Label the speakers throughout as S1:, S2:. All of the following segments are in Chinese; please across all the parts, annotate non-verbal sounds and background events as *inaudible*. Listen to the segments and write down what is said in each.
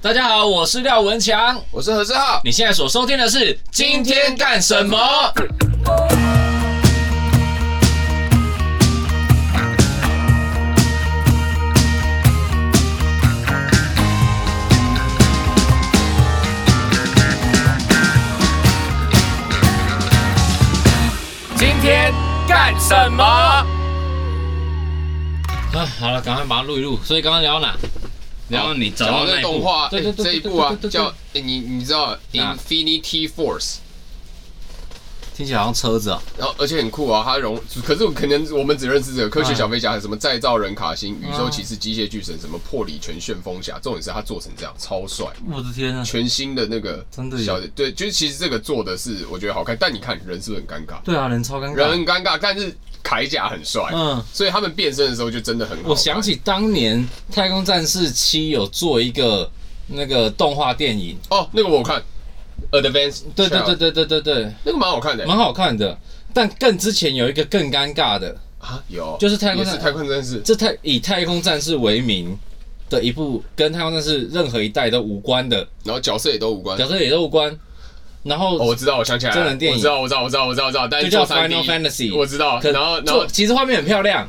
S1: 大家好，我是廖文强。
S2: 我是何志浩。
S1: 你现在所收听的是《今天干什么》。
S2: 今天干什么？
S1: 啊，好了，赶快把它录一录。所以刚刚聊哪？
S3: 然后你找
S2: 然
S3: 到
S2: 后
S3: 那
S2: 那
S3: 一
S2: 动
S3: 部，
S2: 画，
S1: 对对
S2: 哎，
S1: 对
S2: 这一部啊
S1: 对对对对对啊
S2: 叫哎你你知道
S1: 哪
S2: Infinity Force，
S1: 听起来好像车子哦。
S2: 然后而且很酷啊，它融，可是可能我们只认识这个科学小飞侠，什么再造人卡星、宇宙骑士、机械巨神，什么破里拳旋风侠，重点是它做成这样，超帅。
S1: 我的天啊！
S2: 全新的那个
S1: 真的耶
S2: 小对，就是其实这个做的是我觉得好看，但你看人是不是很尴尬？
S1: 对啊，人超尴
S2: 人
S1: 尬。
S2: 很尴尬，但是铠甲很帅，
S1: 嗯，
S2: 所以他们变身的时候就真的很好看。
S1: 我想起当年《太空战士七》有做一个那个动画电影，
S2: 哦，那个我有看，Advance，
S1: 对对嗯对，对对对对，
S2: 那个蛮好看的
S1: 蛮好看的。但更之前有一个更尴尬的，
S2: 啊，有
S1: 就是太空
S2: 也
S1: 战
S2: 是太空战士，
S1: 这太以太空战士为名的一部跟太空战士任何一代都无关的，
S2: 然后角色也都无关。
S1: 角色也都无关。然后
S2: 哦，我知道，我想起来了，
S1: 真人电影
S2: 我知道，我知道，我知道，我知道，我知道，但是
S1: 就叫
S2: 做 3D
S1: Final Fantasy
S2: 我知道。
S1: 可
S2: 然后，然后
S1: 做其实画面很漂亮，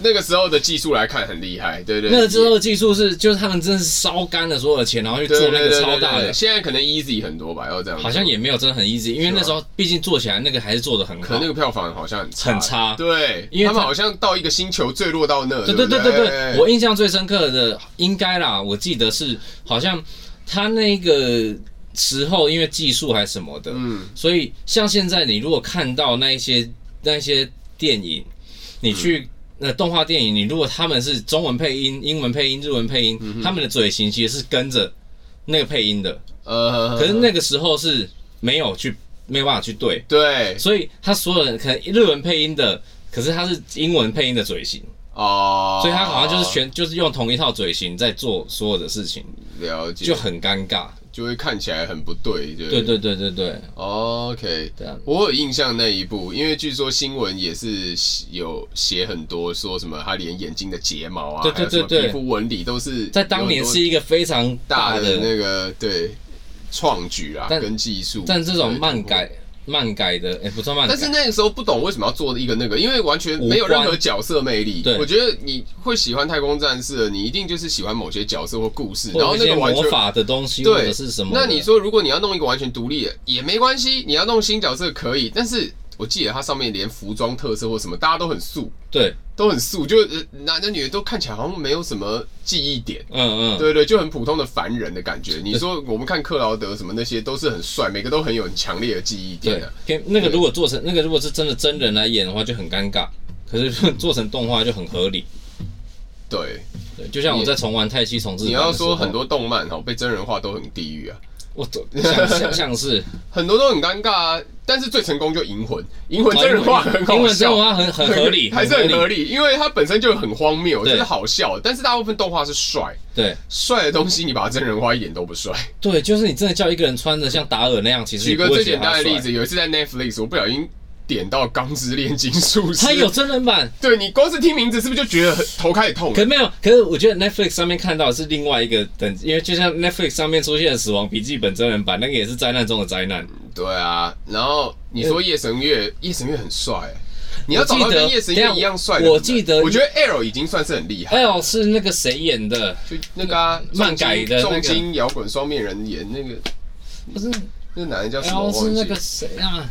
S2: 那个时候的技术来看很厉害，对对。
S1: 那个之后
S2: 也
S1: 的技术是就是他们真的是烧干了所有的钱，然后去做
S2: 对对
S1: 那
S2: 对
S1: 个
S2: 对
S1: 超大
S2: 对
S1: 的
S2: 对，现在可能 easy 很多吧，要这样。
S1: 好像，也没有真的很 easy，因为那时候毕竟做起来那个还是做的很
S2: 啊可
S1: 好
S2: 能那。个票房好像很差
S1: 很差
S2: 对，
S1: 因为
S2: 他们
S1: 它
S2: 好像到一个星球坠落到那，
S1: 对
S2: 对
S1: 对
S2: 不
S1: 对
S2: 对
S1: 对对，我印象最深刻的应该啦，我记得是好像他那个时候因为技术还是什么的，
S2: 嗯，
S1: 所以像现在你如果看到那一些那一些电影，你
S2: 嗯
S1: 去。那动画电影，你如果他们是中文配音、英文配音、日文配音，
S2: 嗯
S1: 他们的嘴型其实是跟着那个配音的，
S2: 呃，
S1: 可是那个时候是没有去没有办法去对，
S2: 对
S1: 所以他所有人可能日文配音的，可是他是英文配音的嘴型，
S2: 哦，
S1: 所以他好像就是全就是用同一套嘴型在做所有的事情，
S2: 了解，
S1: 就
S2: 就
S1: 很尴尬。
S2: 就会看起来很不对，对不
S1: 对对对对对，
S2: OK，
S1: 对啊
S2: 我有印象那一部，因为据说新闻也是有写很多，说什么他连眼睛的睫毛啊，
S1: 对
S2: 还有
S1: 对
S2: 什么
S1: 对对
S2: 皮肤纹理都是
S1: 在当年是
S2: 有很多
S1: 一个非常
S2: 大
S1: 大
S2: 的那个对创举啊，
S1: 但
S2: 跟技术。
S1: 但这种
S2: 对
S1: 漫改，漫改的，哎、不算漫改，
S2: 但是那个时候不懂为什么要做一个那个，因为完全没有
S1: 无关
S2: 任何角色魅力。
S1: 对
S2: 我觉得你会喜欢太空战士的，你一定就是喜欢某些角色或故事，
S1: 或有
S2: 然后
S1: 一
S2: 那
S1: 些
S2: 个完
S1: 魔
S2: 全
S1: 法的东西或
S2: 对
S1: 者是什么的。
S2: 那你说，如果你要弄一个完全独立的也没关系，你要弄新角色可以，但是我记得它上面连服装特色或什么，大家都很素，
S1: 对，
S2: 都很素，就呃男的女的都看起来好像没有什么记忆点。
S1: 嗯嗯，
S2: 对对，就很普通的凡人的感觉。你说我们看克劳德什么那些都是很帅，每个都很有很强烈的记忆点
S1: 对
S2: 的、啊。，
S1: 跟那个
S2: 对
S1: 如果做成那个如果是真的真人来演的话就很尴尬，可是做成动画就很合理。
S2: 对，
S1: 对，就像我在重玩太七重置
S2: 你
S1: 版的
S2: 要
S1: 时
S2: 说
S1: 候
S2: 很，多动漫哈被真人化都很地狱啊，
S1: 我走
S2: *laughs*
S1: 想像像是
S2: 很多都很尴尬啊。但是最成功就《银魂》，《银
S1: 啊
S2: 魂》真人化很好
S1: 英文真
S2: 笑
S1: 人，化很很合理，
S2: *laughs* 还是
S1: 很
S2: 很合理，因为它本身就很荒谬，就
S1: 对
S2: 是好笑。但是大部分动画是帅，
S1: 对
S2: 帅的东西你把它真人化一点都
S1: *laughs*
S2: 不帅。
S1: 对，就是你真的叫一个人穿的像达尔那样，其实
S2: 举
S1: 你不
S2: 个
S1: 会
S2: 最
S1: 觉得
S2: 简单
S1: 他
S2: 的例
S1: 帅。
S2: 子，有一次在 Netflix，我不小心点到《钢之炼金术师》，
S1: 他有真人版，
S2: *laughs* 对你光是听名字是不是就觉得很头开始痛
S1: 可
S2: 了？
S1: 没有，可是我觉得 Netflix 上面看到的是另外一个等，因为就像 Netflix 上面出现的《死亡笔记本》真人版，那个也是灾难中的灾难。
S2: 对啊，然后你说夜神月，夜神月很帅欸、你要找到
S1: 我记得
S2: 跟夜神月一样帅的很难，
S1: 我记得
S2: 我觉得 Arrow 已经算是很厉害，
S1: L 是那个谁演的？
S2: 就那个啊，
S1: 漫改的那个
S2: 重金重金摇滚双面人演那个
S1: 不是
S2: 那个男的叫什么？
S1: L
S2: 我忘
S1: 是
S2: 记
S1: 那
S2: 了
S1: 个谁啊？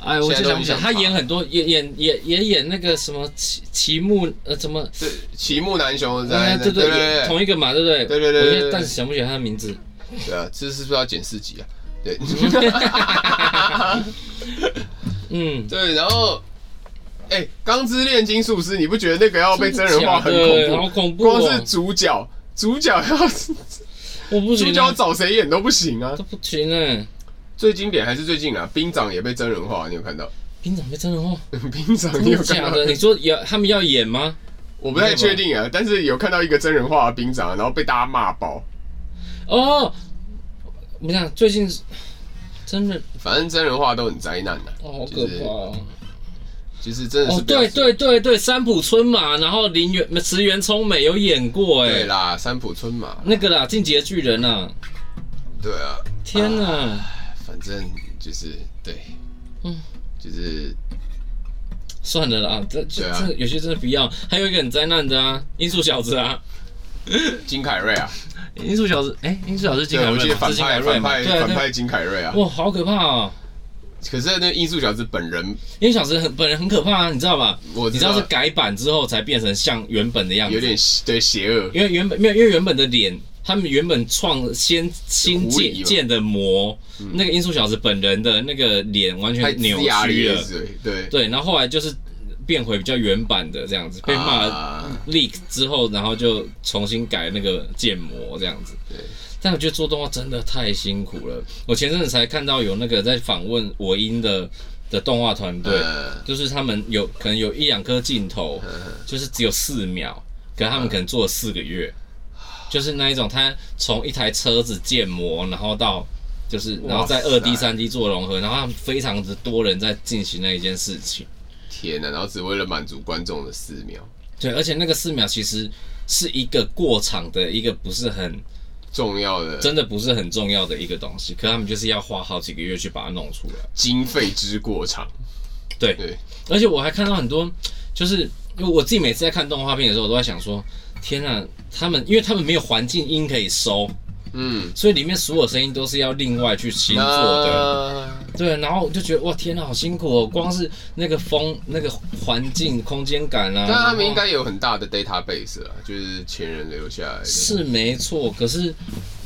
S1: 哎，我就想不起来，
S2: 现在都很想
S1: 他
S2: 查
S1: 演很多，也演也也演那个什么齐齐木呃什么，
S2: 对，齐木楠雄在
S1: 哎
S2: 那，
S1: 对
S2: 对
S1: 对也
S2: 对
S1: 同一个嘛，对不对？
S2: 对对对对
S1: 我觉得
S2: 对
S1: 但是想不起来他的名字。
S2: 对啊，这是不是要剪四集啊？对
S1: *laughs* 嗯，
S2: 对，然后，哎，《钢之炼金术师》，你不觉得那个要被真人化很
S1: 真的假的
S2: 恐怖？
S1: 好恐怖哦
S2: 光是主角，主角要 *laughs* 主
S1: 我不行
S2: 角
S1: 啊，
S2: 找谁演都不行啊
S1: *laughs* 都！不行哎。
S2: 最经典还是最近啊，兵长也被真人化，你有看到？ *laughs*
S1: 兵长被真人化，
S2: 兵长你
S1: 真
S2: 有
S1: 的假
S2: 看到
S1: 的？？你说要他们要演吗？
S2: 我不太确定啊，但是有看到一个真人化的兵长，然后被大家骂爆。
S1: 哦，我想最近真的
S2: 反正真人化都很灾难的、啊
S1: 哦，好
S2: 就
S1: 可
S2: 是
S1: 怕哦。
S2: 其实真的是
S1: 哦，
S2: 不要
S1: 对
S2: 吃
S1: 对对对，三浦春马，然后林原池原聪美有演过哎、
S2: 对啦，三浦春马，
S1: 那个啦，《进击的巨人》啊，
S2: 对啊，
S1: 天哪、
S2: 反正就是对，
S1: 嗯，
S2: 就是
S1: 算了啦，这这
S2: 对啊
S1: 这有些真的不要。还有一个很灾难的啊，《音速小子》啊，
S2: 金凯瑞啊，
S1: 《音速小子》哎，《音速小子》金
S2: 对，
S1: 凯
S2: 我记
S1: 瑞
S2: 得
S1: 嘛，
S2: 反
S1: 是金凯
S2: 派
S1: 瑞
S2: 反
S1: 嘛，
S2: 派
S1: 对啊
S2: 反
S1: 对啊
S2: 派金凯瑞啊，
S1: 哇，好可怕哦！
S2: 可是那个音速小子本人，
S1: 音速小子很本人很可怕啊，你知道吧？
S2: 我
S1: 你知道是改版之后才变成像原本的样子，
S2: 有点对邪恶，
S1: 因为原本没有，因为原本的脸，他们原本创先新
S2: 狐
S1: 建
S2: 狸嘛
S1: 建的模，那个音速小子本人的那个脸完
S2: 嗯太
S1: 全
S2: 龇
S1: 扭
S2: 牙
S1: 曲
S2: 咧
S1: 了，
S2: 嘴，对，
S1: 对，然后后来就是变回比较原版的这样子，被骂了
S2: 啊
S1: leak 之后，然后就重新改那个建模这样子。
S2: 对，
S1: 但我觉得做动画真的太辛苦了。我前阵子才看到有那个在访问我音的的动画团队，
S2: 呃
S1: 就是他们有可能有一两颗镜头，
S2: 嗯
S1: 就是只有四秒，可是他们可能做了四个月，
S2: 嗯
S1: 就是那一种，他从一台车子建模，然后到就是然后在
S2: 哇塞
S1: 二 D、三 D 做融合，然后他们非常的多人在进行那一件事情。
S2: 天哪，然后只为了满足观众的四秒，
S1: 对，而且那个四秒其实是一个过场的一个不是很
S2: 重要的
S1: 真的不是很重要的一个东西，可他们就是要花好几个月去把它弄出来。
S2: 经费之过场，
S1: 对
S2: 对，
S1: 而且我还看到很多，就是因为我自己每次在看动画片的时候，我都在想说，天啊，他们因为他们没有环境音可以收，
S2: 嗯，
S1: 所以里面所有声音都是要另外去新做的。
S2: 那
S1: 对，然后我就觉得哇，天啊，好辛苦哦！光是那个风、那个环境、空间感啊，
S2: 但他们
S1: 然后
S2: 应该有很大的 database 啊，就是前人留下来的，
S1: 是没错，可是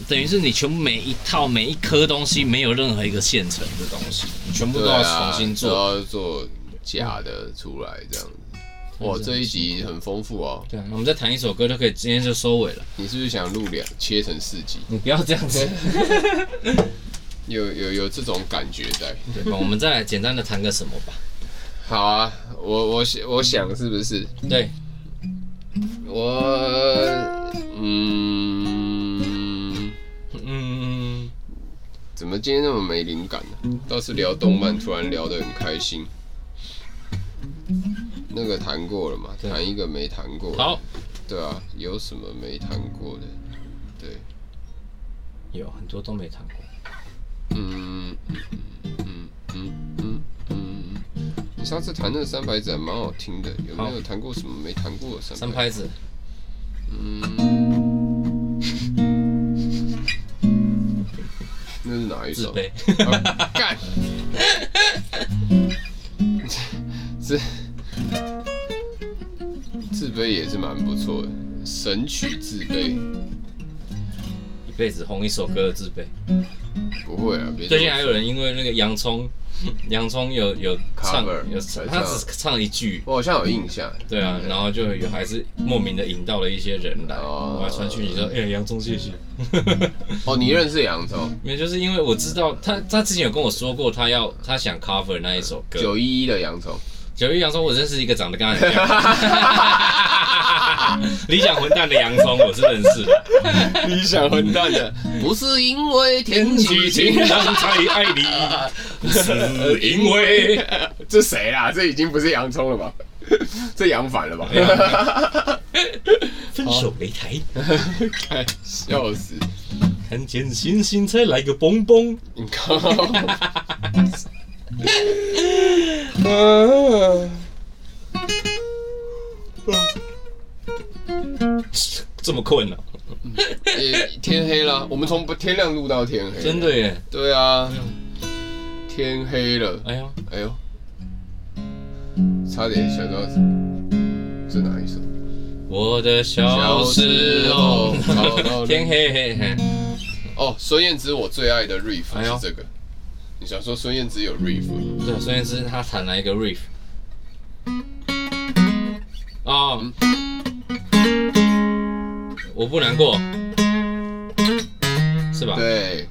S1: 等于是你全部每一套每一颗东西没有任何一个现成的东西，你全部都
S2: 对
S1: 要
S2: 啊，
S1: 重新做。
S2: 都要做假的出来这样子。哇，
S1: 嗯
S2: 这一集很丰富哦！
S1: 对啊，那我们再弹一首歌就可以，今天就收尾了。
S2: 你是不是想录两切成四集？
S1: 你不要这样子。
S2: 有有有这种感觉在。
S1: *laughs* 对吧我们再来简单的谈个什么吧。
S2: 好啊，我我想我想是不是
S1: 对，
S2: 我嗯，
S1: 嗯，
S2: 怎么今天那么没灵感呢、倒是聊动漫，突然聊得很开心。那个谈过了嘛？
S1: 对
S2: 谈一个没谈过。
S1: 好，，
S2: 对啊，有什么没谈过的？对，
S1: 有很多都没谈过。
S2: 嗯嗯嗯嗯嗯嗯，你上次弹那个三百仔蛮好听的，有没有弹过什么没弹过的
S1: 三
S2: 三百？
S1: 拍子，
S2: 嗯，那是哪一
S1: 自
S2: 首？
S1: 卑。 *laughs*
S2: 啊干，自自卑也是蛮不错的，神曲自卑
S1: 一辈子红一首歌的自卑。
S2: 不会啊，别
S1: 嗯
S2: 这么
S1: 最近还有人因为那个洋 *laughs* 葱，洋葱有有唱
S2: Cover，
S1: 有他只唱一句，
S2: 我好像有印象，
S1: 对啊，然后就有还是莫名的引到了一些人来，
S2: 哦
S1: 我还传讯息说，哎、洋葱谢谢。嗯
S2: 哦，你认识洋葱？
S1: *laughs* 没有，就是因为我知道他，他之前有跟我说过，他要他想 cover 那一首歌。
S2: 九一一的洋葱。
S1: 九一洋葱，我认识一个长得跟他很像， *laughs* 理想混蛋的洋葱，我是认识的。
S2: *laughs* 理想混蛋的，不是因为天气晴朗，
S1: 朗才爱你，是因 *laughs* 为
S2: *laughs* 这谁啦？这已经不是洋葱了吧？ *laughs* 这杨凡了吧？ *laughs*
S1: 分手擂台，
S2: 笑死！
S1: 看见星星才来个蹦蹦。
S2: 你靠！
S1: 这么困了、
S2: 也 *laughs* 天黑了，我们从天亮录到天黑，
S1: 真？的耶！
S2: 对啊，天黑了，
S1: 哎呀，
S2: 哎呦，差点想到这哪一首？
S1: 我的小时 *laughs* 候
S2: 小时候找到，你
S1: 天黑黑黑，
S2: 哦，孙燕姿我最爱的 riff
S1: 哎呦
S2: 是这个。你想说孙燕姿有 riff？
S1: 对，孙燕姿她弹了一个 riff，哦，我不难过，是吧？
S2: 对，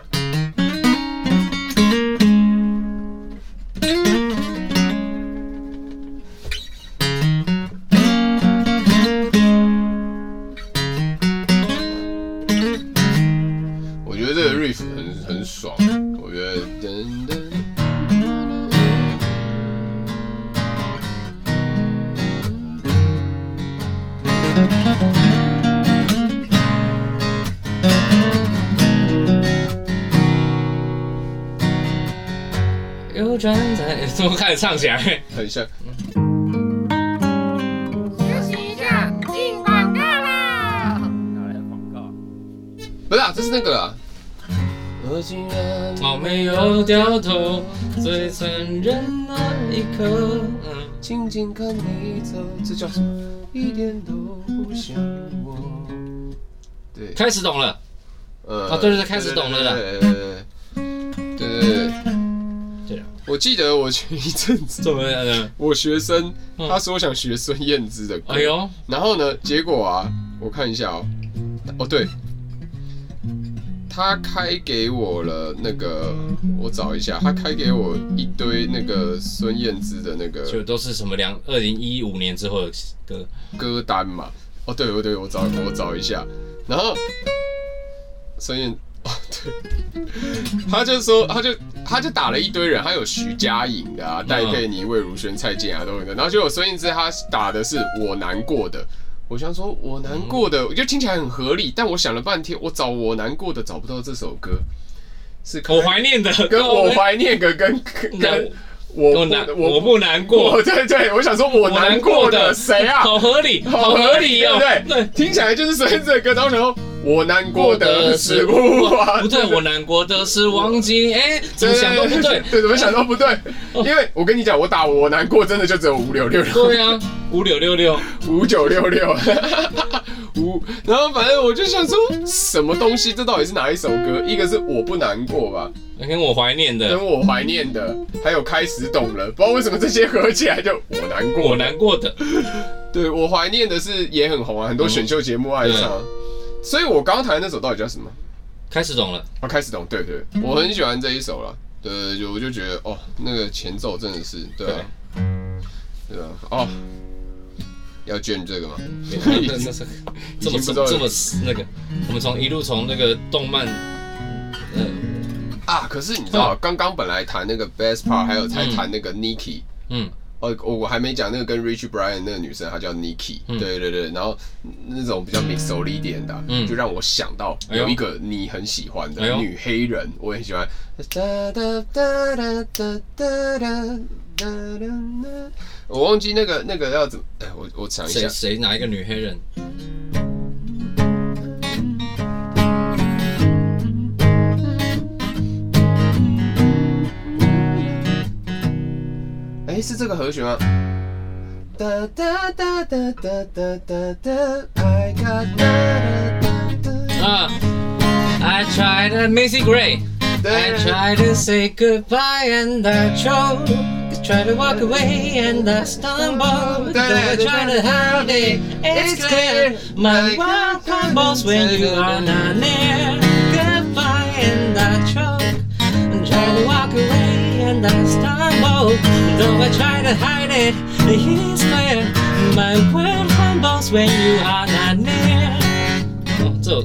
S2: 我觉得这个 riff 很很爽，我觉得噔噔。
S1: 又转在，怎么开始唱起来？ *laughs*
S2: 很像。
S3: 休息一下，进广告啦！
S2: 不是啊，这是那个啊，
S1: 哦，没有掉头，最残忍那一刻。嗯，
S2: 静静看你走，这叫什么？一点都不像我。对，
S1: 开始懂了。
S2: 呃
S1: 哦对对对开始懂了啦
S2: 对对对对对对对对对。
S1: 对了，
S2: 我记得我前一阵子， *laughs*
S1: 怎么样呢？
S2: 我学生
S1: 嗯
S2: 他说想学孙燕姿的歌，
S1: 哎呦，
S2: 然后呢，结果啊，我看一下哦，哦对，他开给我了那个，我找一下，他开给我一堆那个孙燕姿的那个
S1: 就都是什么两二零一五年之后的歌。
S2: 歌单嘛。哦，对，我对我找我找一下，然后孙燕，哦对，他就说他就他就打了一堆人，他有徐佳莹的啊，戴佩妮、魏如萱、蔡健雅都有的，然后结果孙燕姿她打的是我难过的。我想说，我难过的，我就听起来很合理，但我想了半天，我找我难过的找不到这首歌，是
S1: 我怀念的，
S2: 跟我怀念个跟跟跟我
S1: 我难，我
S2: 我
S1: 不难过
S2: 我，对对，我想说我
S1: 我
S2: 难过的谁啊？
S1: 好合理，好合理哦，
S2: 对不对？听起来就是孙燕姿的歌。然后想说，我难过的啊是无法，
S1: 哦不对，我难过的是忘记，哎，怎么想都不对。
S2: 对，怎么想都不对。因为我跟你讲，我打我难过真的就只有五六六六、
S1: 对啊，五六六六，
S2: 五九六六、五，然后反正我就想说，什么东西？这到底是哪一首歌？一个是我不难过吧，
S1: 跟我怀念的，
S2: 跟我怀念的，还有开始懂了。不知道为什么这些合起来就我难过，
S1: 我难过的，
S2: 对我怀念的是也很红啊，很多选秀节目爱唱。所以我刚刚弹的那首到底叫什么？
S1: 开始懂了。
S2: 我哦开始懂，对对，我很喜欢这一首了。对，就我就觉得哦，那个前奏真的是，对啊，对啊，哦，要卷这个吗？
S1: 哎那那那是这么这
S2: 已经不知道
S1: 么这么那个，我们从一路从那个动漫，呃，
S2: 啊，可是你知道，刚刚本来弹那个 Best Part，还有才弹那个 Niki，
S1: 嗯，
S2: 哦，我我还没讲那个跟 Rich Brian 那个女生，她叫 Niki，、
S1: 嗯
S2: 对对对，然后那种比较 mix o l 一点的啊、
S1: 嗯
S2: 就让我想到
S1: 哎呦
S2: 有一个你很喜欢的
S1: 哎呦
S2: 女黑人，我很喜欢。我忘记那个那个要怎么，哎，我我想一下
S1: 谁，谁哪一个女黑人？
S2: 哎、是这个和弦吗？哒哒哒哒哒哒哒哒，I got nothing to do
S1: 啊，I tried to Macy Gray。I tried to say goodbye and I chose to try to walk away and I stumbled. Though I tried to hide it, it's clear my world crumbles when you are not near. Goodbye and I choke and try to walk away and I stumble. Though I try to hide it, it's clear my world crumbles when you are not near. 这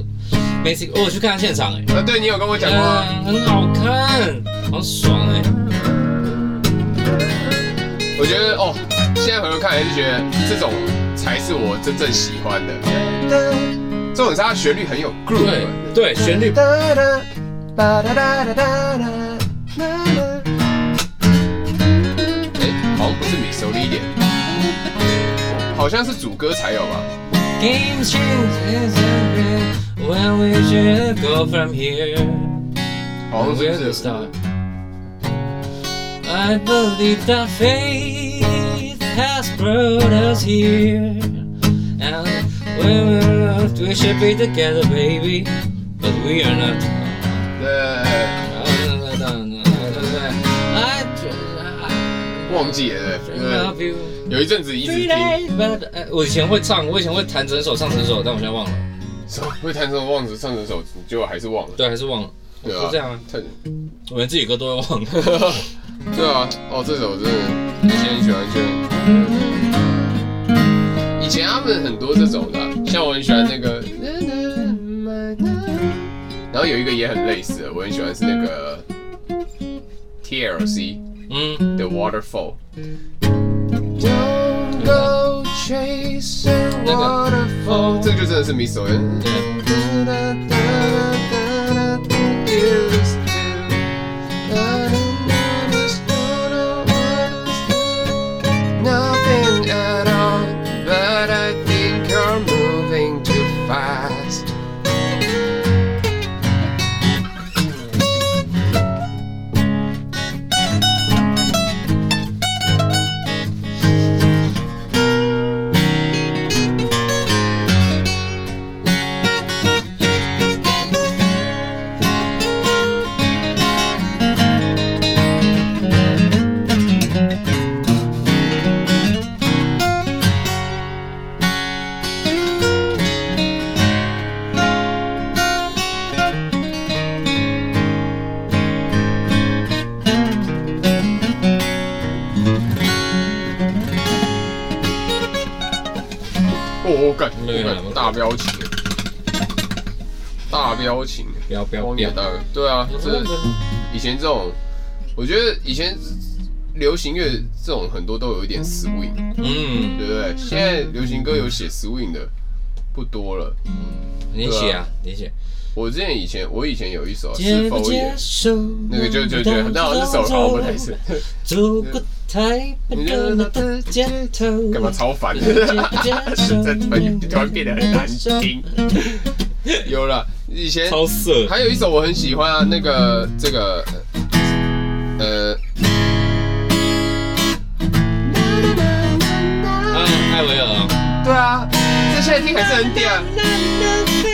S1: basic，我有去看他现场哎、欸。
S2: 啊，对你有跟我讲过、啊。
S1: 嗯，很好看，好爽哎、
S2: 我觉得哦，现在回头看还是觉得这种才是我真正喜欢的。这种是它旋律很有 groove，
S1: 对对，旋律
S2: 哎，好像不是 mix o l 一点，好像是主歌才有吧？
S1: Games change is every Where we should go from here
S2: 好像
S1: Where
S2: 是
S1: to
S2: 不是？
S1: start I believe that faith has brought us here And we, we should be together baby But we are not
S2: 对，
S1: I
S2: 忘记了，对
S1: love
S2: 对。
S1: you
S2: 有一阵子一直听，
S1: 呃我以前会唱，我以前会弹整首唱整首，但我现在忘了，
S2: 什么会弹这种忘词唱这首，结果还是忘了。
S1: 对，还是忘了，
S2: 对
S1: 就
S2: 啊，
S1: 这样啊，
S2: 太
S1: 我连自己歌都会忘。
S2: *laughs* 对啊，哦，这首真的以前很喜欢听。以前他们很多这种的啊、像我很喜欢那个，然后有一个也很类似的，我很喜欢是那个 TLC
S1: 嗯，
S2: 的 Waterfall。Don't go chasing
S1: 那个
S2: waterfall，这个就真的是嗯 Miss
S1: 对，
S2: uh,
S1: 没有
S2: 感我
S1: 没有
S2: 感大标情，大标情，
S1: 不要不要
S2: 荒
S1: 不要
S2: 野！大标，对啊，这以前这种，我觉得以前流行乐这种很多都有一点 swing，
S1: 嗯，
S2: 对不对？现在流行歌有写 swing 的不多了。
S1: 你写啊，你写。
S2: 我之前以前我以前有一首啊
S1: 接
S2: 是
S1: 不
S2: 否
S1: 接
S2: 也，
S1: 受？
S2: 那个就就觉得，那那首好不太是，
S1: 走过台北的那个街头，
S2: 干嘛超烦的？ *laughs* 这
S1: 这
S2: 突然突然变得很难听。有了，以前
S1: 超色，
S2: 还有一首我很喜欢啊，那个这个呃，
S1: 啊，艾维尔啊，
S2: 对啊，这现在听还是很
S1: *laughs*
S2: 屌。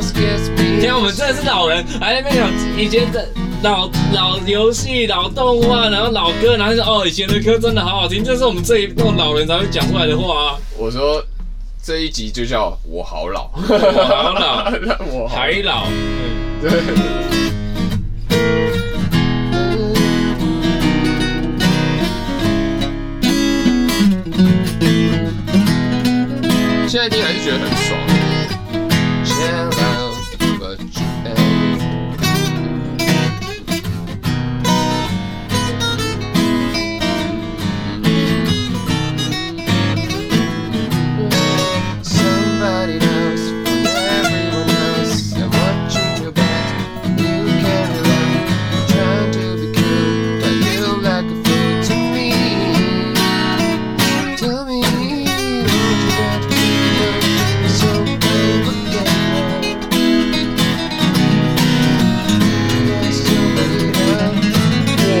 S1: 今天我们真的是老人，还在那边讲以前的老老游戏、老动画，然后老歌，然后就哦，以前的歌真的好好听，这是我们这一栋老人才会讲出来的话啊。
S2: 我说这一集就叫我好老，
S1: 我好
S2: *laughs*
S1: 老
S2: 我好
S1: 还老，
S2: 对。现在听还是觉得很爽。Somebody knows from everyone else. I'm watching your back. You carry on trying to be cool, but you like a fool to me. Tell me, would you rather be alone or somebody again? There's somebody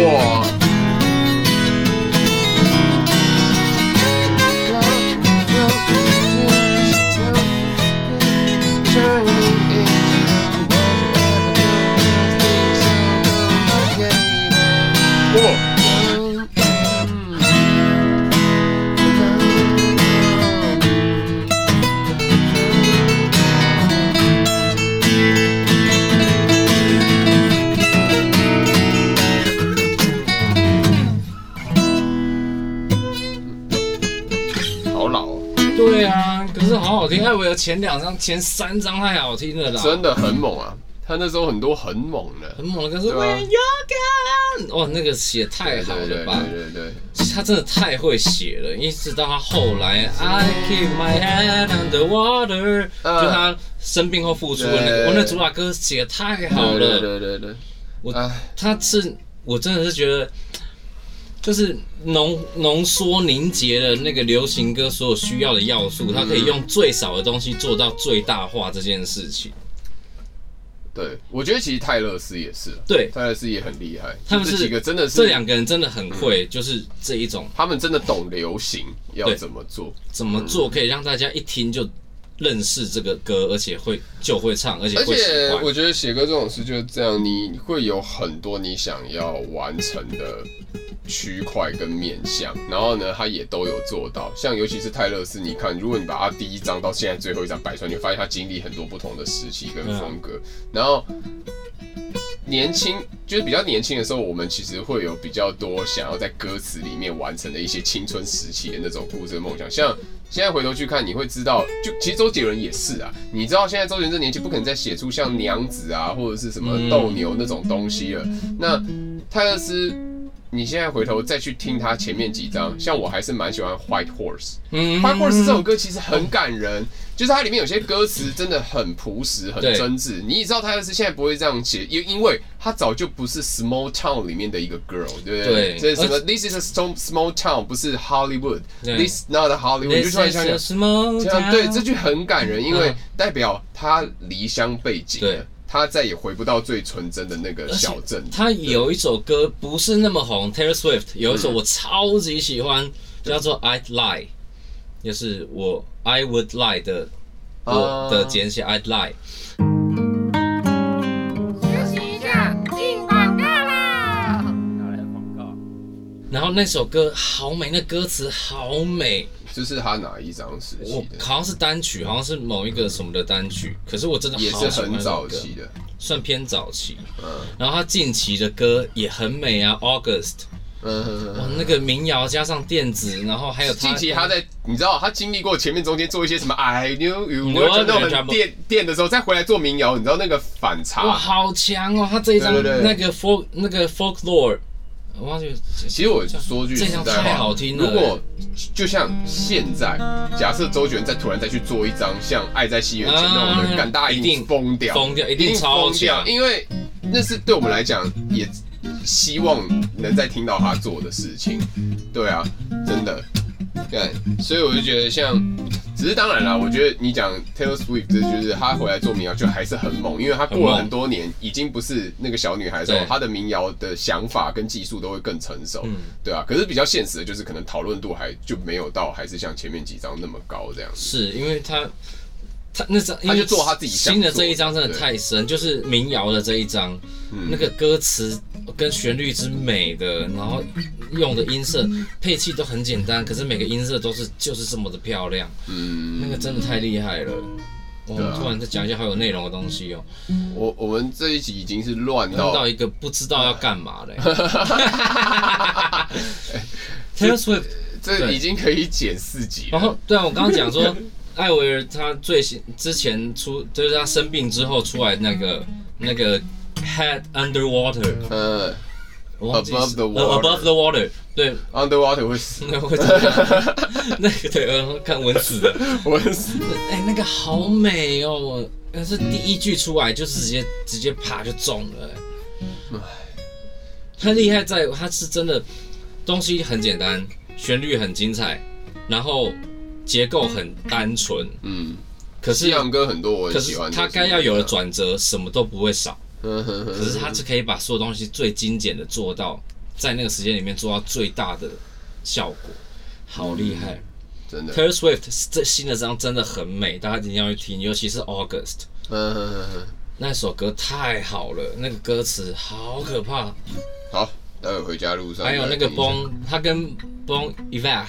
S2: else. 哇，好老哦，
S1: 对啊，可是好好听。艾维尔前两张、前三张太好听了啦，
S2: 真的很猛啊！他那时候很多很猛的，
S1: 很猛的歌是
S2: 对啊
S1: When You Gone，哇，那个写太好了吧？
S2: 对对对对
S1: 他真的太会写了，因为直到他后来 I keep my head under water，、
S2: 嗯
S1: 就他生病后复出的那
S2: 对
S1: 个，我那主打歌写得太好了，
S2: 对对对对
S1: 我
S2: 对，哎，
S1: 他是我真的是觉得。就是浓浓缩凝结了那个流行歌所有需要的要
S2: 嗯
S1: 素，他可以用最少的东西做到最大化这件事情。
S2: 对，我觉得其实泰勒斯也是，
S1: 对
S2: 泰勒斯也很厉害，
S1: 他们
S2: 这
S1: 是
S2: 几个真的是嗯
S1: 这两个人真的很会，就是这一种
S2: 他们真的懂流行要
S1: 对
S2: 怎么做，
S1: 怎么做可以让大家一听就认识这个歌，而且会就会唱，而且
S2: 而
S1: 会喜
S2: 且
S1: 欢
S2: 我。觉得写歌这种事就是这样，你会有很多你想要完成的区块跟面向，然后呢，他也都有做到。像尤其是泰勒斯，你看，如果你把他第一张到现在最后一张摆出来，你会发现他经历很多不同的时期
S1: 嗯
S2: 跟风格。然后年轻，就是比较年轻的时候，我们其实会有比较多想要在歌词里面完成的一些青春时期的那种故事跟梦想，像。现在回头去看，你会知道，就其实周杰伦也是啊。你知道现在周杰伦这年纪不可能再写出像娘子啊，或者是什么
S1: 嗯
S2: 斗牛那种东西了。那泰勒斯，你现在回头再去听他前面几张，像我还是蛮喜欢 White Horse。
S1: 嗯
S2: White Horse 这首歌其实很感人，就是它里面有些歌词真的很朴实、很
S1: 对
S2: 真挚。你也知道泰勒斯现在不会这样写，因因为他早就不是 Small Town 里面的一个 girl，对不对？
S1: 对
S2: 所以什么
S1: 而
S2: This is a small small town 不是 Hollywood，This
S1: 对
S2: is not a Hollywood，你就突然想想。
S1: 什么？
S2: 这样对这句很感人，因为
S1: 嗯
S2: 代表他离乡背井了
S1: 对，
S2: 他再也回不到最纯真的那个小镇。
S1: 他有一首歌不是那么红，Taylor Swift 有一
S2: 嗯
S1: 首我超级喜欢，叫做 I'd Lie，就是我 I would lie 的
S2: 啊
S1: 我的简写 I'd lie。
S3: 休息一下，进广告啦！
S1: 然后那首歌好美，那歌词好美，
S2: 这是他哪一张时期
S1: 我
S2: 的？
S1: 好像是单曲，好像是某一个什么的单曲，可是我真的
S2: 也
S1: 好
S2: 是
S1: 喜欢
S2: 很
S1: 那首
S2: 早
S1: 歌，
S2: 期的。
S1: 算偏早期。
S2: 嗯，
S1: 然后他近期的歌也很美啊，August，
S2: 嗯嗯
S1: 哇
S2: 嗯，
S1: 那个民谣加上电子，然后还有
S2: 近
S1: 他
S2: 期他在，你知道他经历过前面中间做一些什么 I knew you
S1: 嗯
S2: were 那种
S1: 我知道
S2: 很电电的时候，再回来做民谣，你知道那个反
S1: 哇，
S2: 差。
S1: 好强哦！他这一张
S2: 啊对对对
S1: 那个 folk 那个 folklore，我忘记
S2: 其实我说句
S1: 这
S2: 实
S1: 张
S2: 在
S1: 太
S2: 话，
S1: 好听了欸
S2: 如果就像现在，假设周杰伦再突然再去做一张像《爱在西元前》那种
S1: 啊
S2: 的，敢大家
S1: 一
S2: 一
S1: 定
S2: 定疯掉，
S1: 疯掉，一
S2: 一定
S1: 定超
S2: 疯掉，
S1: 强。
S2: 因为那是对我们来讲也希望能再听到他做的事情。对啊，真的，对，所以我就觉得像，只是当然啦，我觉得你讲 Taylor Swift 这就是他回来做民谣就还是很猛，因为他过了很多年，已经不是那个小女孩的时候
S1: 对，
S2: 她的民谣的想法跟技术都会更成熟。
S1: 嗯，
S2: 对啊，可是比较现实的就是，可能讨论度还就没有到，还是像前面几张那么高这样子。
S1: 是因为他他那张，因
S2: 他
S1: 为
S2: 就做他自己想
S1: 新的
S2: 做
S1: 这一张真的
S2: 对
S1: 太深，就是民谣的这一张，
S2: 嗯
S1: 那个歌词跟旋律之美的，然后用的音色配器都很简单，可是每个音色都是就是这么的漂亮，
S2: 嗯，
S1: 那个真的太厉害了。我
S2: 对
S1: 们
S2: 啊
S1: 突然在讲一些好有内容的东西哦，
S2: 我我们这一集已经是乱
S1: 听
S2: 到
S1: 到一个不知道要干嘛
S2: *laughs*
S1: 的。Taylor Swift
S2: 这
S1: 对
S2: 已经可以减四级了。
S1: 然后，对啊，我刚刚讲说，艾维尔他最新之前出，就是他生病之后出来那个那个 Head Underwater，
S2: 呃
S1: 我忘记是
S2: Above the
S1: 呃 Above the Water，对，
S2: ，Underwater 会死，
S1: *laughs* 那
S2: *laughs*
S1: 会怎么样？那个对，呃看文字的，
S2: 我会死。
S1: 哎、那个好美哦，我但是第一句出来就是直接直接啪就中了、哎他厉害在他是真的东西很简单，旋律很精彩，然后结构很单纯。
S2: 嗯，
S1: 可
S2: 西
S1: 是
S2: 洋歌很多我
S1: 可
S2: 很喜
S1: 是
S2: 欢，
S1: 他该要有的。转折什么都不会少，
S2: 嗯哼哼
S1: 可是他是可以把所有东西最精简的做到，在那个时间里面做到最大的效果，好厉害
S2: 嗯真的，
S1: ！Taylor Swift 这新的这张真的很美，大家一定要去听，尤其是 August
S2: 嗯哼哼哼。
S1: 那首歌太好了，那个歌词好可怕，
S2: 好，待会回家路上
S1: 还有那个
S2: 再听一下，
S1: Bon，他跟 Bon Iver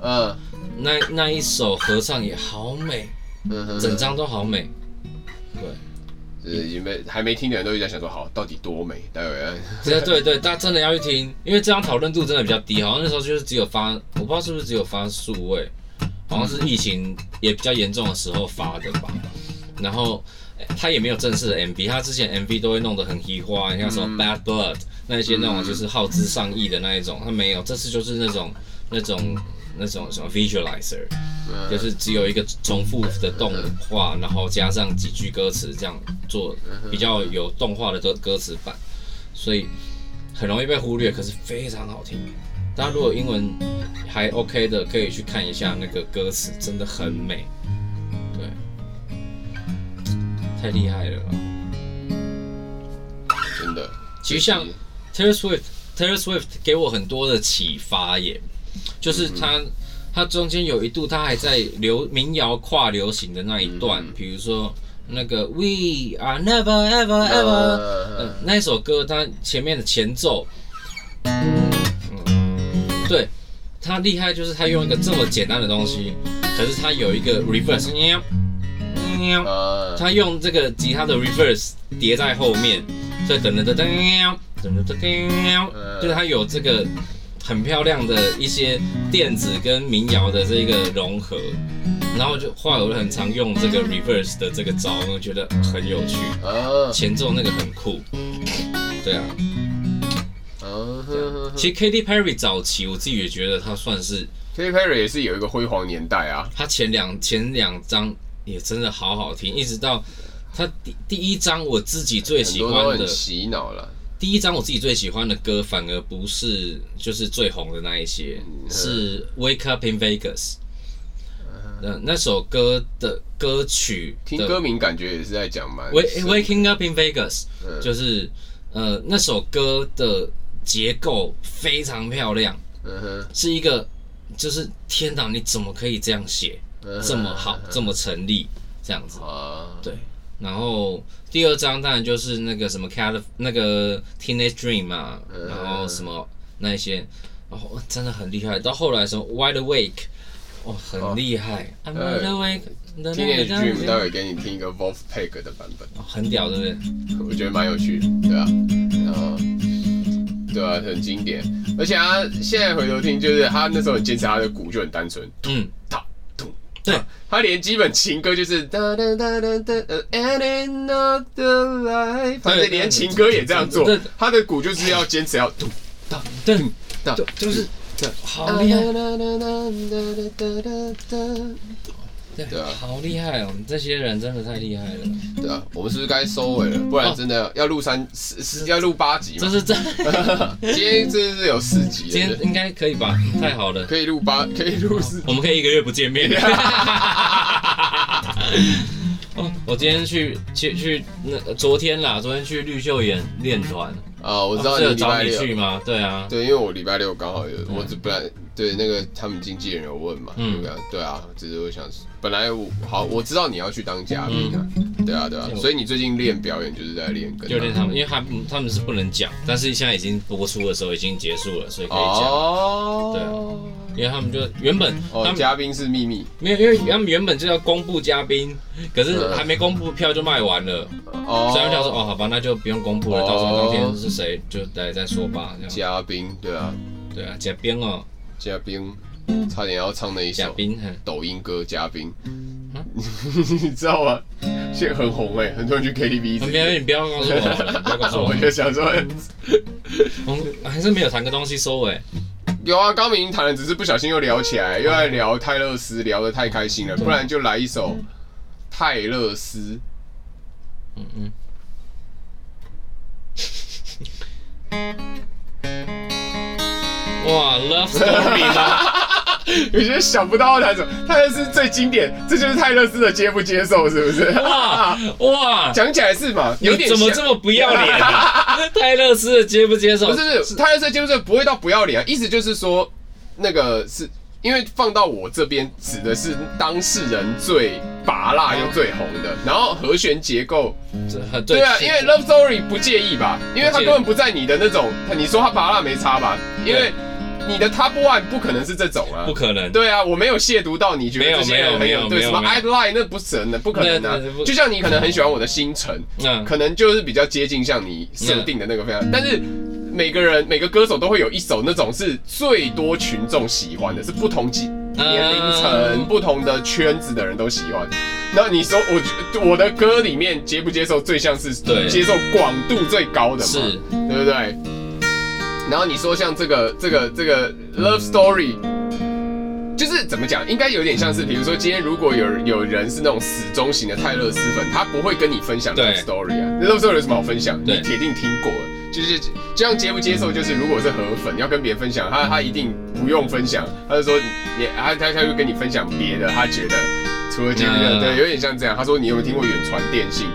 S2: 嗯
S1: 那那一首合唱也好美，
S2: 嗯哼，
S1: 整张都好美，对。
S2: 就是已经被还没听的人都一直在想说，好，到底多美？待会啊
S1: 对对对，大家真的要去听，因为这张讨论度真的比较低，好像那时候就是只有发，我不知道是不是只有发数位，好像是疫情也比较严重的时候发的吧。然后诶他也没有正式的 MV，他之前 MV 都会弄得很嘻花，你看什么 Bad Blood 那一些那种就是耗资上亿的那一种，他没有，这次就是那种那种那种什么 Visualizer，
S2: 嗯
S1: 就是只有一个重复的动画，然后加上几句歌词，这样做比较有动画的歌歌词版，所以很容易被忽略，可是非常好听。大家如果英文还 OK 的，可以去看一下那个歌词，真的很美，对，太厉害了。
S2: 真的，
S1: 其实像 Taylor Swift Taylor Swift 给我很多的启发耶，就是他、他中间有一度他还在流民谣跨流行的那一段，比如说那个 We are never ever ever，、呃
S2: 呃，
S1: 那一首歌它前面的前奏，嗯，对，它厉害就是它用一个这么简单的东西，可是它有一个 reverse，喵喵
S2: 呃，
S1: 他用这个吉他的 reverse 叠在后面，所以噔噔噔噔噔噔噔
S2: 呃
S1: 噔，就是它有这个很漂亮的一些电子跟民谣的这个融合，然后就后来我很常用这
S2: 嗯
S1: 个 reverse 的这个招，我觉得很有趣，
S2: 呃，
S1: 前奏那个很酷。对啊，
S2: 呃
S1: 其实 Katy Perry 早期我自己也觉得她算是
S2: ，Katy Perry 也是有一个辉煌年代啊，
S1: 他前两前两张也真的好好听，一直到他第第一张我自己最
S2: 很
S1: 喜
S2: 多都
S1: 欢
S2: 很
S1: 的，
S2: 洗脑了。
S1: 第一张我自己最喜欢的歌，反而不是就是最红的那一些，
S2: 嗯
S1: 是《Wake Up in Vegas》。那那首歌的歌曲
S2: 嗯听
S1: 的
S2: 歌名感觉也是在讲蛮
S1: 《
S2: 深
S1: Waking Up in Vegas
S2: 嗯》，
S1: 就是呃那首歌的结构非常漂亮，
S2: 嗯哼
S1: 是一个就是天哪，你怎么可以这样写，
S2: 嗯哼
S1: 这么好，这么成立，这样子。
S2: 啊，
S1: 对，然后第二张当然就是那个什么 Calif 那个 Teenage Dream 嘛，
S2: 嗯
S1: 然后什么那一些，然后真的很厉害。到后来什么 Wide Awake，哦，很厉害。I'm wide
S2: 呃
S1: awake，的
S2: 今
S1: 那个哦
S2: 天 Dream 待
S1: 张
S2: 会给你听一个 Wolfpack 的版本，
S1: 很屌，对不对？
S2: 我觉得蛮有趣的，对啊。然后对啊，很经典。而且他现在回头听，就是他那时候很坚持他的鼓就很单纯，
S1: 嗯，
S2: 哒咚。
S1: 对
S2: 啊，他连基本情歌就是哒哒哒哒哒呃，and another life，反正连情歌也这样做
S1: 对。
S2: 他的鼓就是要坚持要咚哒
S1: 对，
S2: 哒，
S1: 对，就是
S2: 对
S1: 好厉害，
S2: 对
S1: 对
S2: 啊，
S1: 好厉害哦！这些人真的太厉害了，
S2: 对啊，我们是不是该收尾了？不然真的要录三四四要录八集
S1: 哦这
S2: 嘛？
S1: 是这
S2: *laughs* 今天真的是有四集了，
S1: 今
S2: 对
S1: 天
S2: 不对
S1: 应该可以吧？太好了，
S2: 可以录八，可以录四集。
S1: 我们可以一个月不见
S2: *laughs*
S1: 面。 *laughs* 哦，我今天去去去那昨天啦，昨天去绿秀园练团，
S2: 啊，我知道
S1: 哦
S2: 你
S1: 是有
S2: 礼
S1: 找
S2: 拜
S1: 你
S2: 六，
S1: 去吗？对啊，
S2: 对，因为我礼拜六刚好有，我只本来对那个他们经纪人有问嘛，
S1: 嗯
S2: 对啊，对啊，只是我想，本来我好，我知道你要去当嘉宾啊，对啊，对啊，
S1: 就
S2: 所以你最近练表演就是在练跟
S1: 嗯就练他们，因为他们他们是不能讲，但是现在已经播出的时候已经结束了，所以可以讲。
S2: 哦，
S1: 因为他们就原本他
S2: 哦，
S1: 们
S2: 嘉宾是秘密
S1: 没有，因为他们原本就要公布嘉宾，可是
S2: 嗯
S1: 还没公布票就卖完了，
S2: 哦，
S1: 所以他们想说哦，好吧，那就不用公布了，
S2: 哦
S1: 到时候当天是谁就来再说吧。这样
S2: 嘉宾，对啊，
S1: 对啊，嘉宾哦，
S2: 嘉宾，差点要唱那一
S1: 嘉
S2: 首
S1: 宾，嗯
S2: 抖音歌嘉宾， *laughs* 你知道吗？现在很红哎，很多人去 KTV 一直
S1: 没有，你不要告诉我好了，你不要告诉我
S2: *laughs* 我就想说，
S1: 我们还是没有谈个东西收尾。
S2: 有啊，高明谈了，只是不小心又聊起来，
S1: 嗯
S2: 又在聊泰勒斯，聊得太开心了，不然就来一首泰勒斯。
S1: 嗯嗯，嗯哇，Love Story 啦，
S2: 有些人想不到哪首泰勒斯最经典，这就是泰勒斯的接不接受，是不是？
S1: 哇哇，
S2: *laughs* 讲起来是嘛，有点
S1: 你怎么
S2: 像
S1: 这么不要脸啊？泰勒斯的接不接受？
S2: 不是不是，泰勒斯接不接受不会到不要脸、啊，意思就是说那个是因为放到我这边指的是当事人最拔辣又最红的，然后和弦结构。
S1: 是，对
S2: 对啊，因为 Love Story 不介意吧？因为他
S1: 不介意
S2: 根本不在你的那种，你说他拔蜡没差吧？因为
S1: 对
S2: 你的 Top One 不可能是这种啊
S1: 不。可能，
S2: 对啊，我没有亵渎到你，觉
S1: 没
S2: 得
S1: 有
S2: 这些人很
S1: 没有没有
S2: 对
S1: 没有
S2: 什么
S1: 没有
S2: I Lie 那不是人的，不可能
S1: 那那
S2: 啊。
S1: 不
S2: 就像你可能很喜欢我的星辰，
S1: 嗯，
S2: 可能就是比较接近像你设定的那个非常，但是每个人每个歌手都会有一首那种是最多群众喜欢的，是不同级年龄层、
S1: 嗯
S2: 不同的圈子的人都喜欢。那你说，我觉我的歌里面接不接受最像是
S1: 对
S2: 接受广度最高的嘛，
S1: 嗯是
S2: 对不对？然后你说像这个这个这个 Love Story，就是怎么讲，应该有点像是，比如说今天如果有有人是那种死忠型的泰勒斯粉，他不会跟你分享
S1: 对
S2: Love Story 啊，Love Story 有什么好分享？你
S1: 对
S2: 铁定听过了。就是这样接不接受，就是如果是河粉要跟别人分享，他他一定不用分享，他就说你他他他会跟你分享别的，他觉得除了接不接受，
S1: 嗯
S2: 对，有点像这样。他说你有没有听过远传电
S1: *laughs*
S2: 信？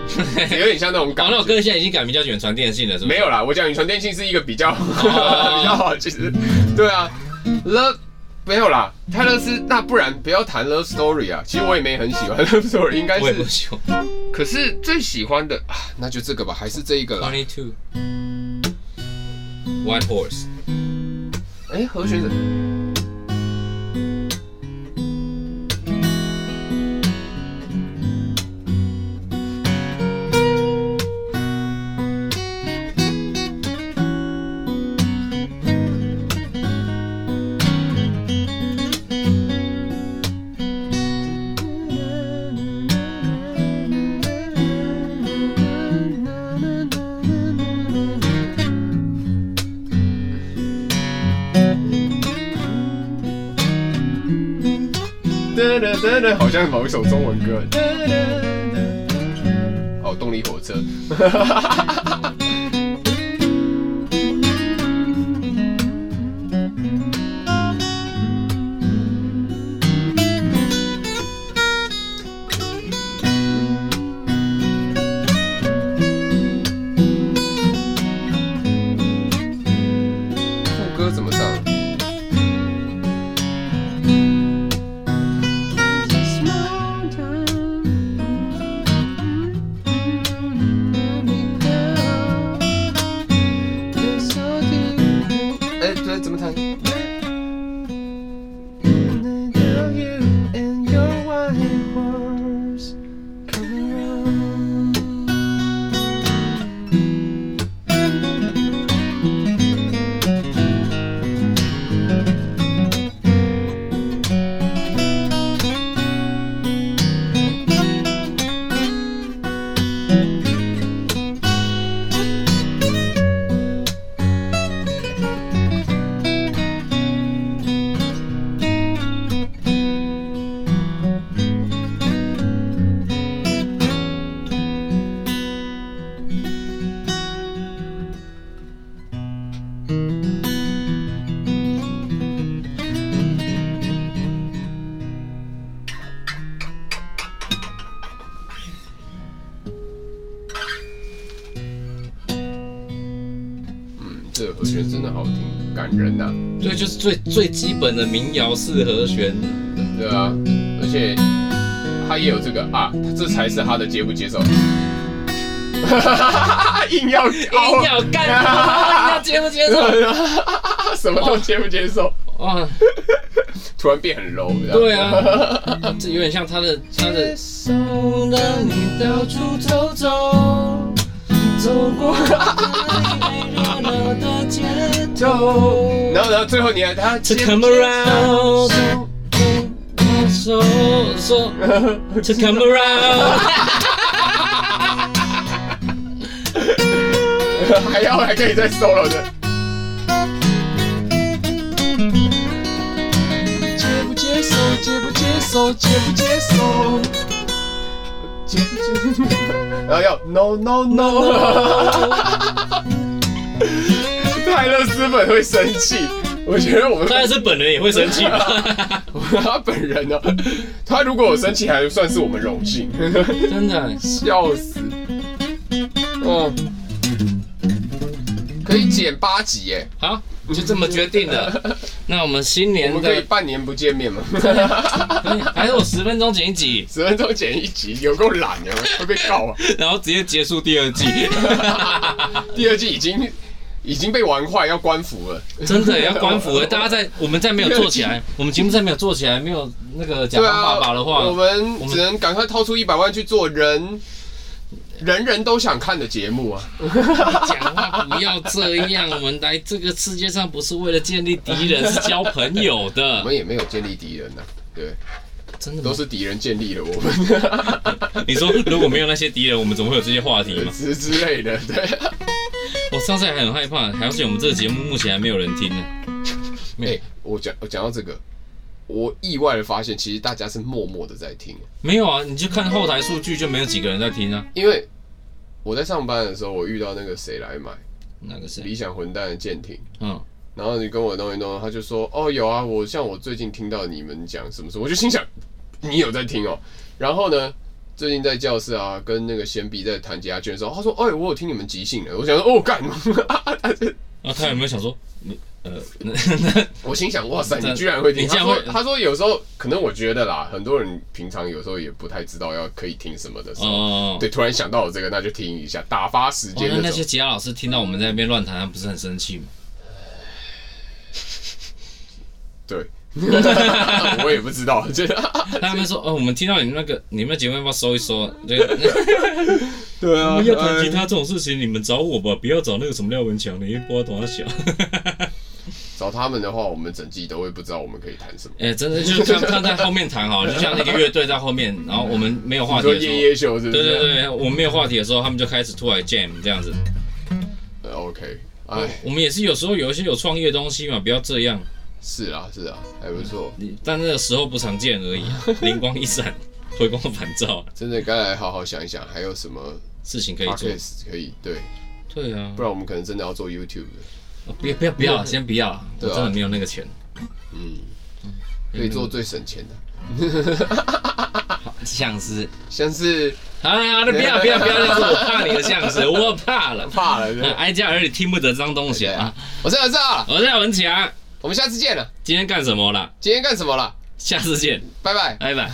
S2: 有点像那种感
S1: 搞那我
S2: 觉。
S1: 哥现在已经改名叫远传电信了，是不是？
S2: 没有啦，我讲宇传电信是一个
S1: *laughs*
S2: 比较哦比较好，其实对啊，Love 没有啦，泰勒斯那不然不要谈 Love Story 啊，其实我也没很喜欢 Love Story，应该
S1: 我也不
S2: 是，
S1: 喜欢。
S2: 可是最喜欢的啊，那就这个吧，还是这一个啦。
S1: Twenty two。White Horse，
S2: 哎，何学者。噔噔噔噔，好像某一首中文歌。噔噔噔，哦，动力火车。副歌怎么唱？
S4: Mountain, let me go.
S2: 哎和弦真的好听，感人呐、啊
S1: 对，就是最最基本的民谣四和弦，
S2: 对啊，而且他也有这个啊，这才是他的接不接受。 *laughs* 硬要
S1: 硬
S2: 硬
S1: 要
S2: *laughs*
S1: 干，硬要接不接受？
S2: 什么都接不接受，
S1: 哇，
S2: 突然变很 low，你知道吗
S1: 对啊，这有点像他的他的。送了你到处走走，走过热闹的街头。
S2: *laughs* 然后，然后最后你还他
S1: To come around, so so to
S2: *laughs*
S1: come around，
S2: *laughs* 还要还可以再 solo 的。 *laughs* 接不接受？接不接受？接不接受？接不接？然后要 no no no，泰勒斯本会生气。我觉得我们
S1: 当然是本人也会生气吧？
S2: *laughs* 他本人呢、他如果有生气，还算是我们荣幸， *laughs*
S1: 真的，
S2: 笑死。哦，可以减八集耶，
S1: 好，就这么决定
S2: *laughs*
S1: 了。那我们新
S2: 我
S1: 年
S2: 们可以
S1: 的，
S2: 半年不见面吗？ *laughs*
S1: 还是我十分钟剪一集，
S2: 十分钟剪一集，有够懒的，会被告啊！
S1: *laughs* 然后直接结束第二季。
S2: 第二季已经已经被玩坏，要官服了。
S1: *laughs* 真的要官服了，大家在我们再没有做起 *laughs* 来，我们节目再没有做起来，没有那个甲
S2: 对
S1: 方
S2: 啊，
S1: 爸爸的话，
S2: 我们只能赶快掏出一百万去做人人人都想看的节目啊！
S1: 讲话不要这样。我们来这个世界上不是为了建立敌人，是交朋友 *laughs*
S2: 我
S1: 的。
S2: 们也没有建立敌人呐、啊对，
S1: 真的
S2: 都
S1: 吗？
S2: 是敌人建立了我们。
S1: 你说如果没有那些敌人，我们怎么会有这些话题嘛？
S2: *laughs* 之之类的，对。
S1: *laughs* 我上次还很害怕，还是我们这个节目目前还没有人听呢。
S2: 哎、我讲我讲到这个，我意外的发现，其实大家是默默的在听，
S1: 没有啊，你就看后台数据，就没有几个人在听啊。
S2: 因为我在上班的时候，我遇到那个谁来买
S1: 那个谁，
S2: 理想混蛋的舰艇。
S1: 嗯，
S2: 然后你跟我弄一弄，他就说哦有啊，我像我最近听到你们讲什么什么，我就心想你有在听哦。然后呢，最近在教室啊，跟那个贤比在谈解压卷的时候，他说哎、我有听你们即兴的，我想说哦干， *laughs*
S1: 那、啊他有没有想说你呃那那
S2: 我心想，哇塞，
S1: 这
S2: 你居然会听？
S1: 你
S2: 他
S1: 竟然
S2: 说
S1: 会，
S2: 他说有时候可能我觉得啦，很多人平常有时候也不太知道要可以听什么的时候，
S1: 哦，
S2: 对，突然想到我这个，那就听一下，打发时
S1: 哦
S2: 间
S1: 那
S2: 那
S1: 那些
S2: 种。
S1: 吉他老师听到我们在那边乱弹，他不是很生
S2: *laughs*
S1: 气吗？ *laughs*
S2: 对，我也不知道，觉得
S1: 他们说哦，我们听到你那个你们节目要不要收一
S2: *laughs*
S1: 收？对，那
S2: 对啊
S1: 我们要弹吉他这种事情，你们找我吧，不要找那个什么廖文强的，因为不知道懂
S2: *laughs*
S1: 他小。
S2: 找他们的话，我们整季都会不知道我们可以谈什么。
S1: 哎、真的就是看看在后面弹好 *laughs* 了，就像那个乐队在后面，然后我们没有话题
S2: 你说
S1: 的时
S2: 夜
S1: 候，
S2: 夜秀是不
S1: 对
S2: 是？
S1: 对对，我们没有话题的时候，他们就开始突然 jam 这样子。
S2: 呃 OK，哎，
S1: 我们也是有时候有一些有创意的东西嘛，不要这样，
S2: 是啊是啊，还不错，
S1: 你但那个时候不常见而已、啊，
S2: *laughs*
S1: 灵光一闪，回光返照，啊
S2: 真的该来好好想一想，还有什么
S1: 事情可以做。
S2: podcast 可以对，
S1: 对啊
S2: 不，然我们可能真的要做 YouTube 的。
S1: 不要不要不要，先不要啊，我
S2: 对啊
S1: 真的没有那个钱。
S2: 嗯，可以
S1: 嗯
S2: 做最省钱的，
S1: 像是
S2: 像是
S1: 啊，那不要不要不要，那是我怕你的相声，我怕了。
S2: 怕了，
S1: *laughs* 那
S2: 对
S1: 哀家儿女听不得脏东西
S2: 对啊
S1: 啊！。
S2: 我是儿子啊，
S1: 我是廖文强，
S2: 我们下次见了。
S1: 今天干什么啦？
S2: 今天干什么了？
S1: 下次见，
S2: 拜拜。
S1: 拜拜。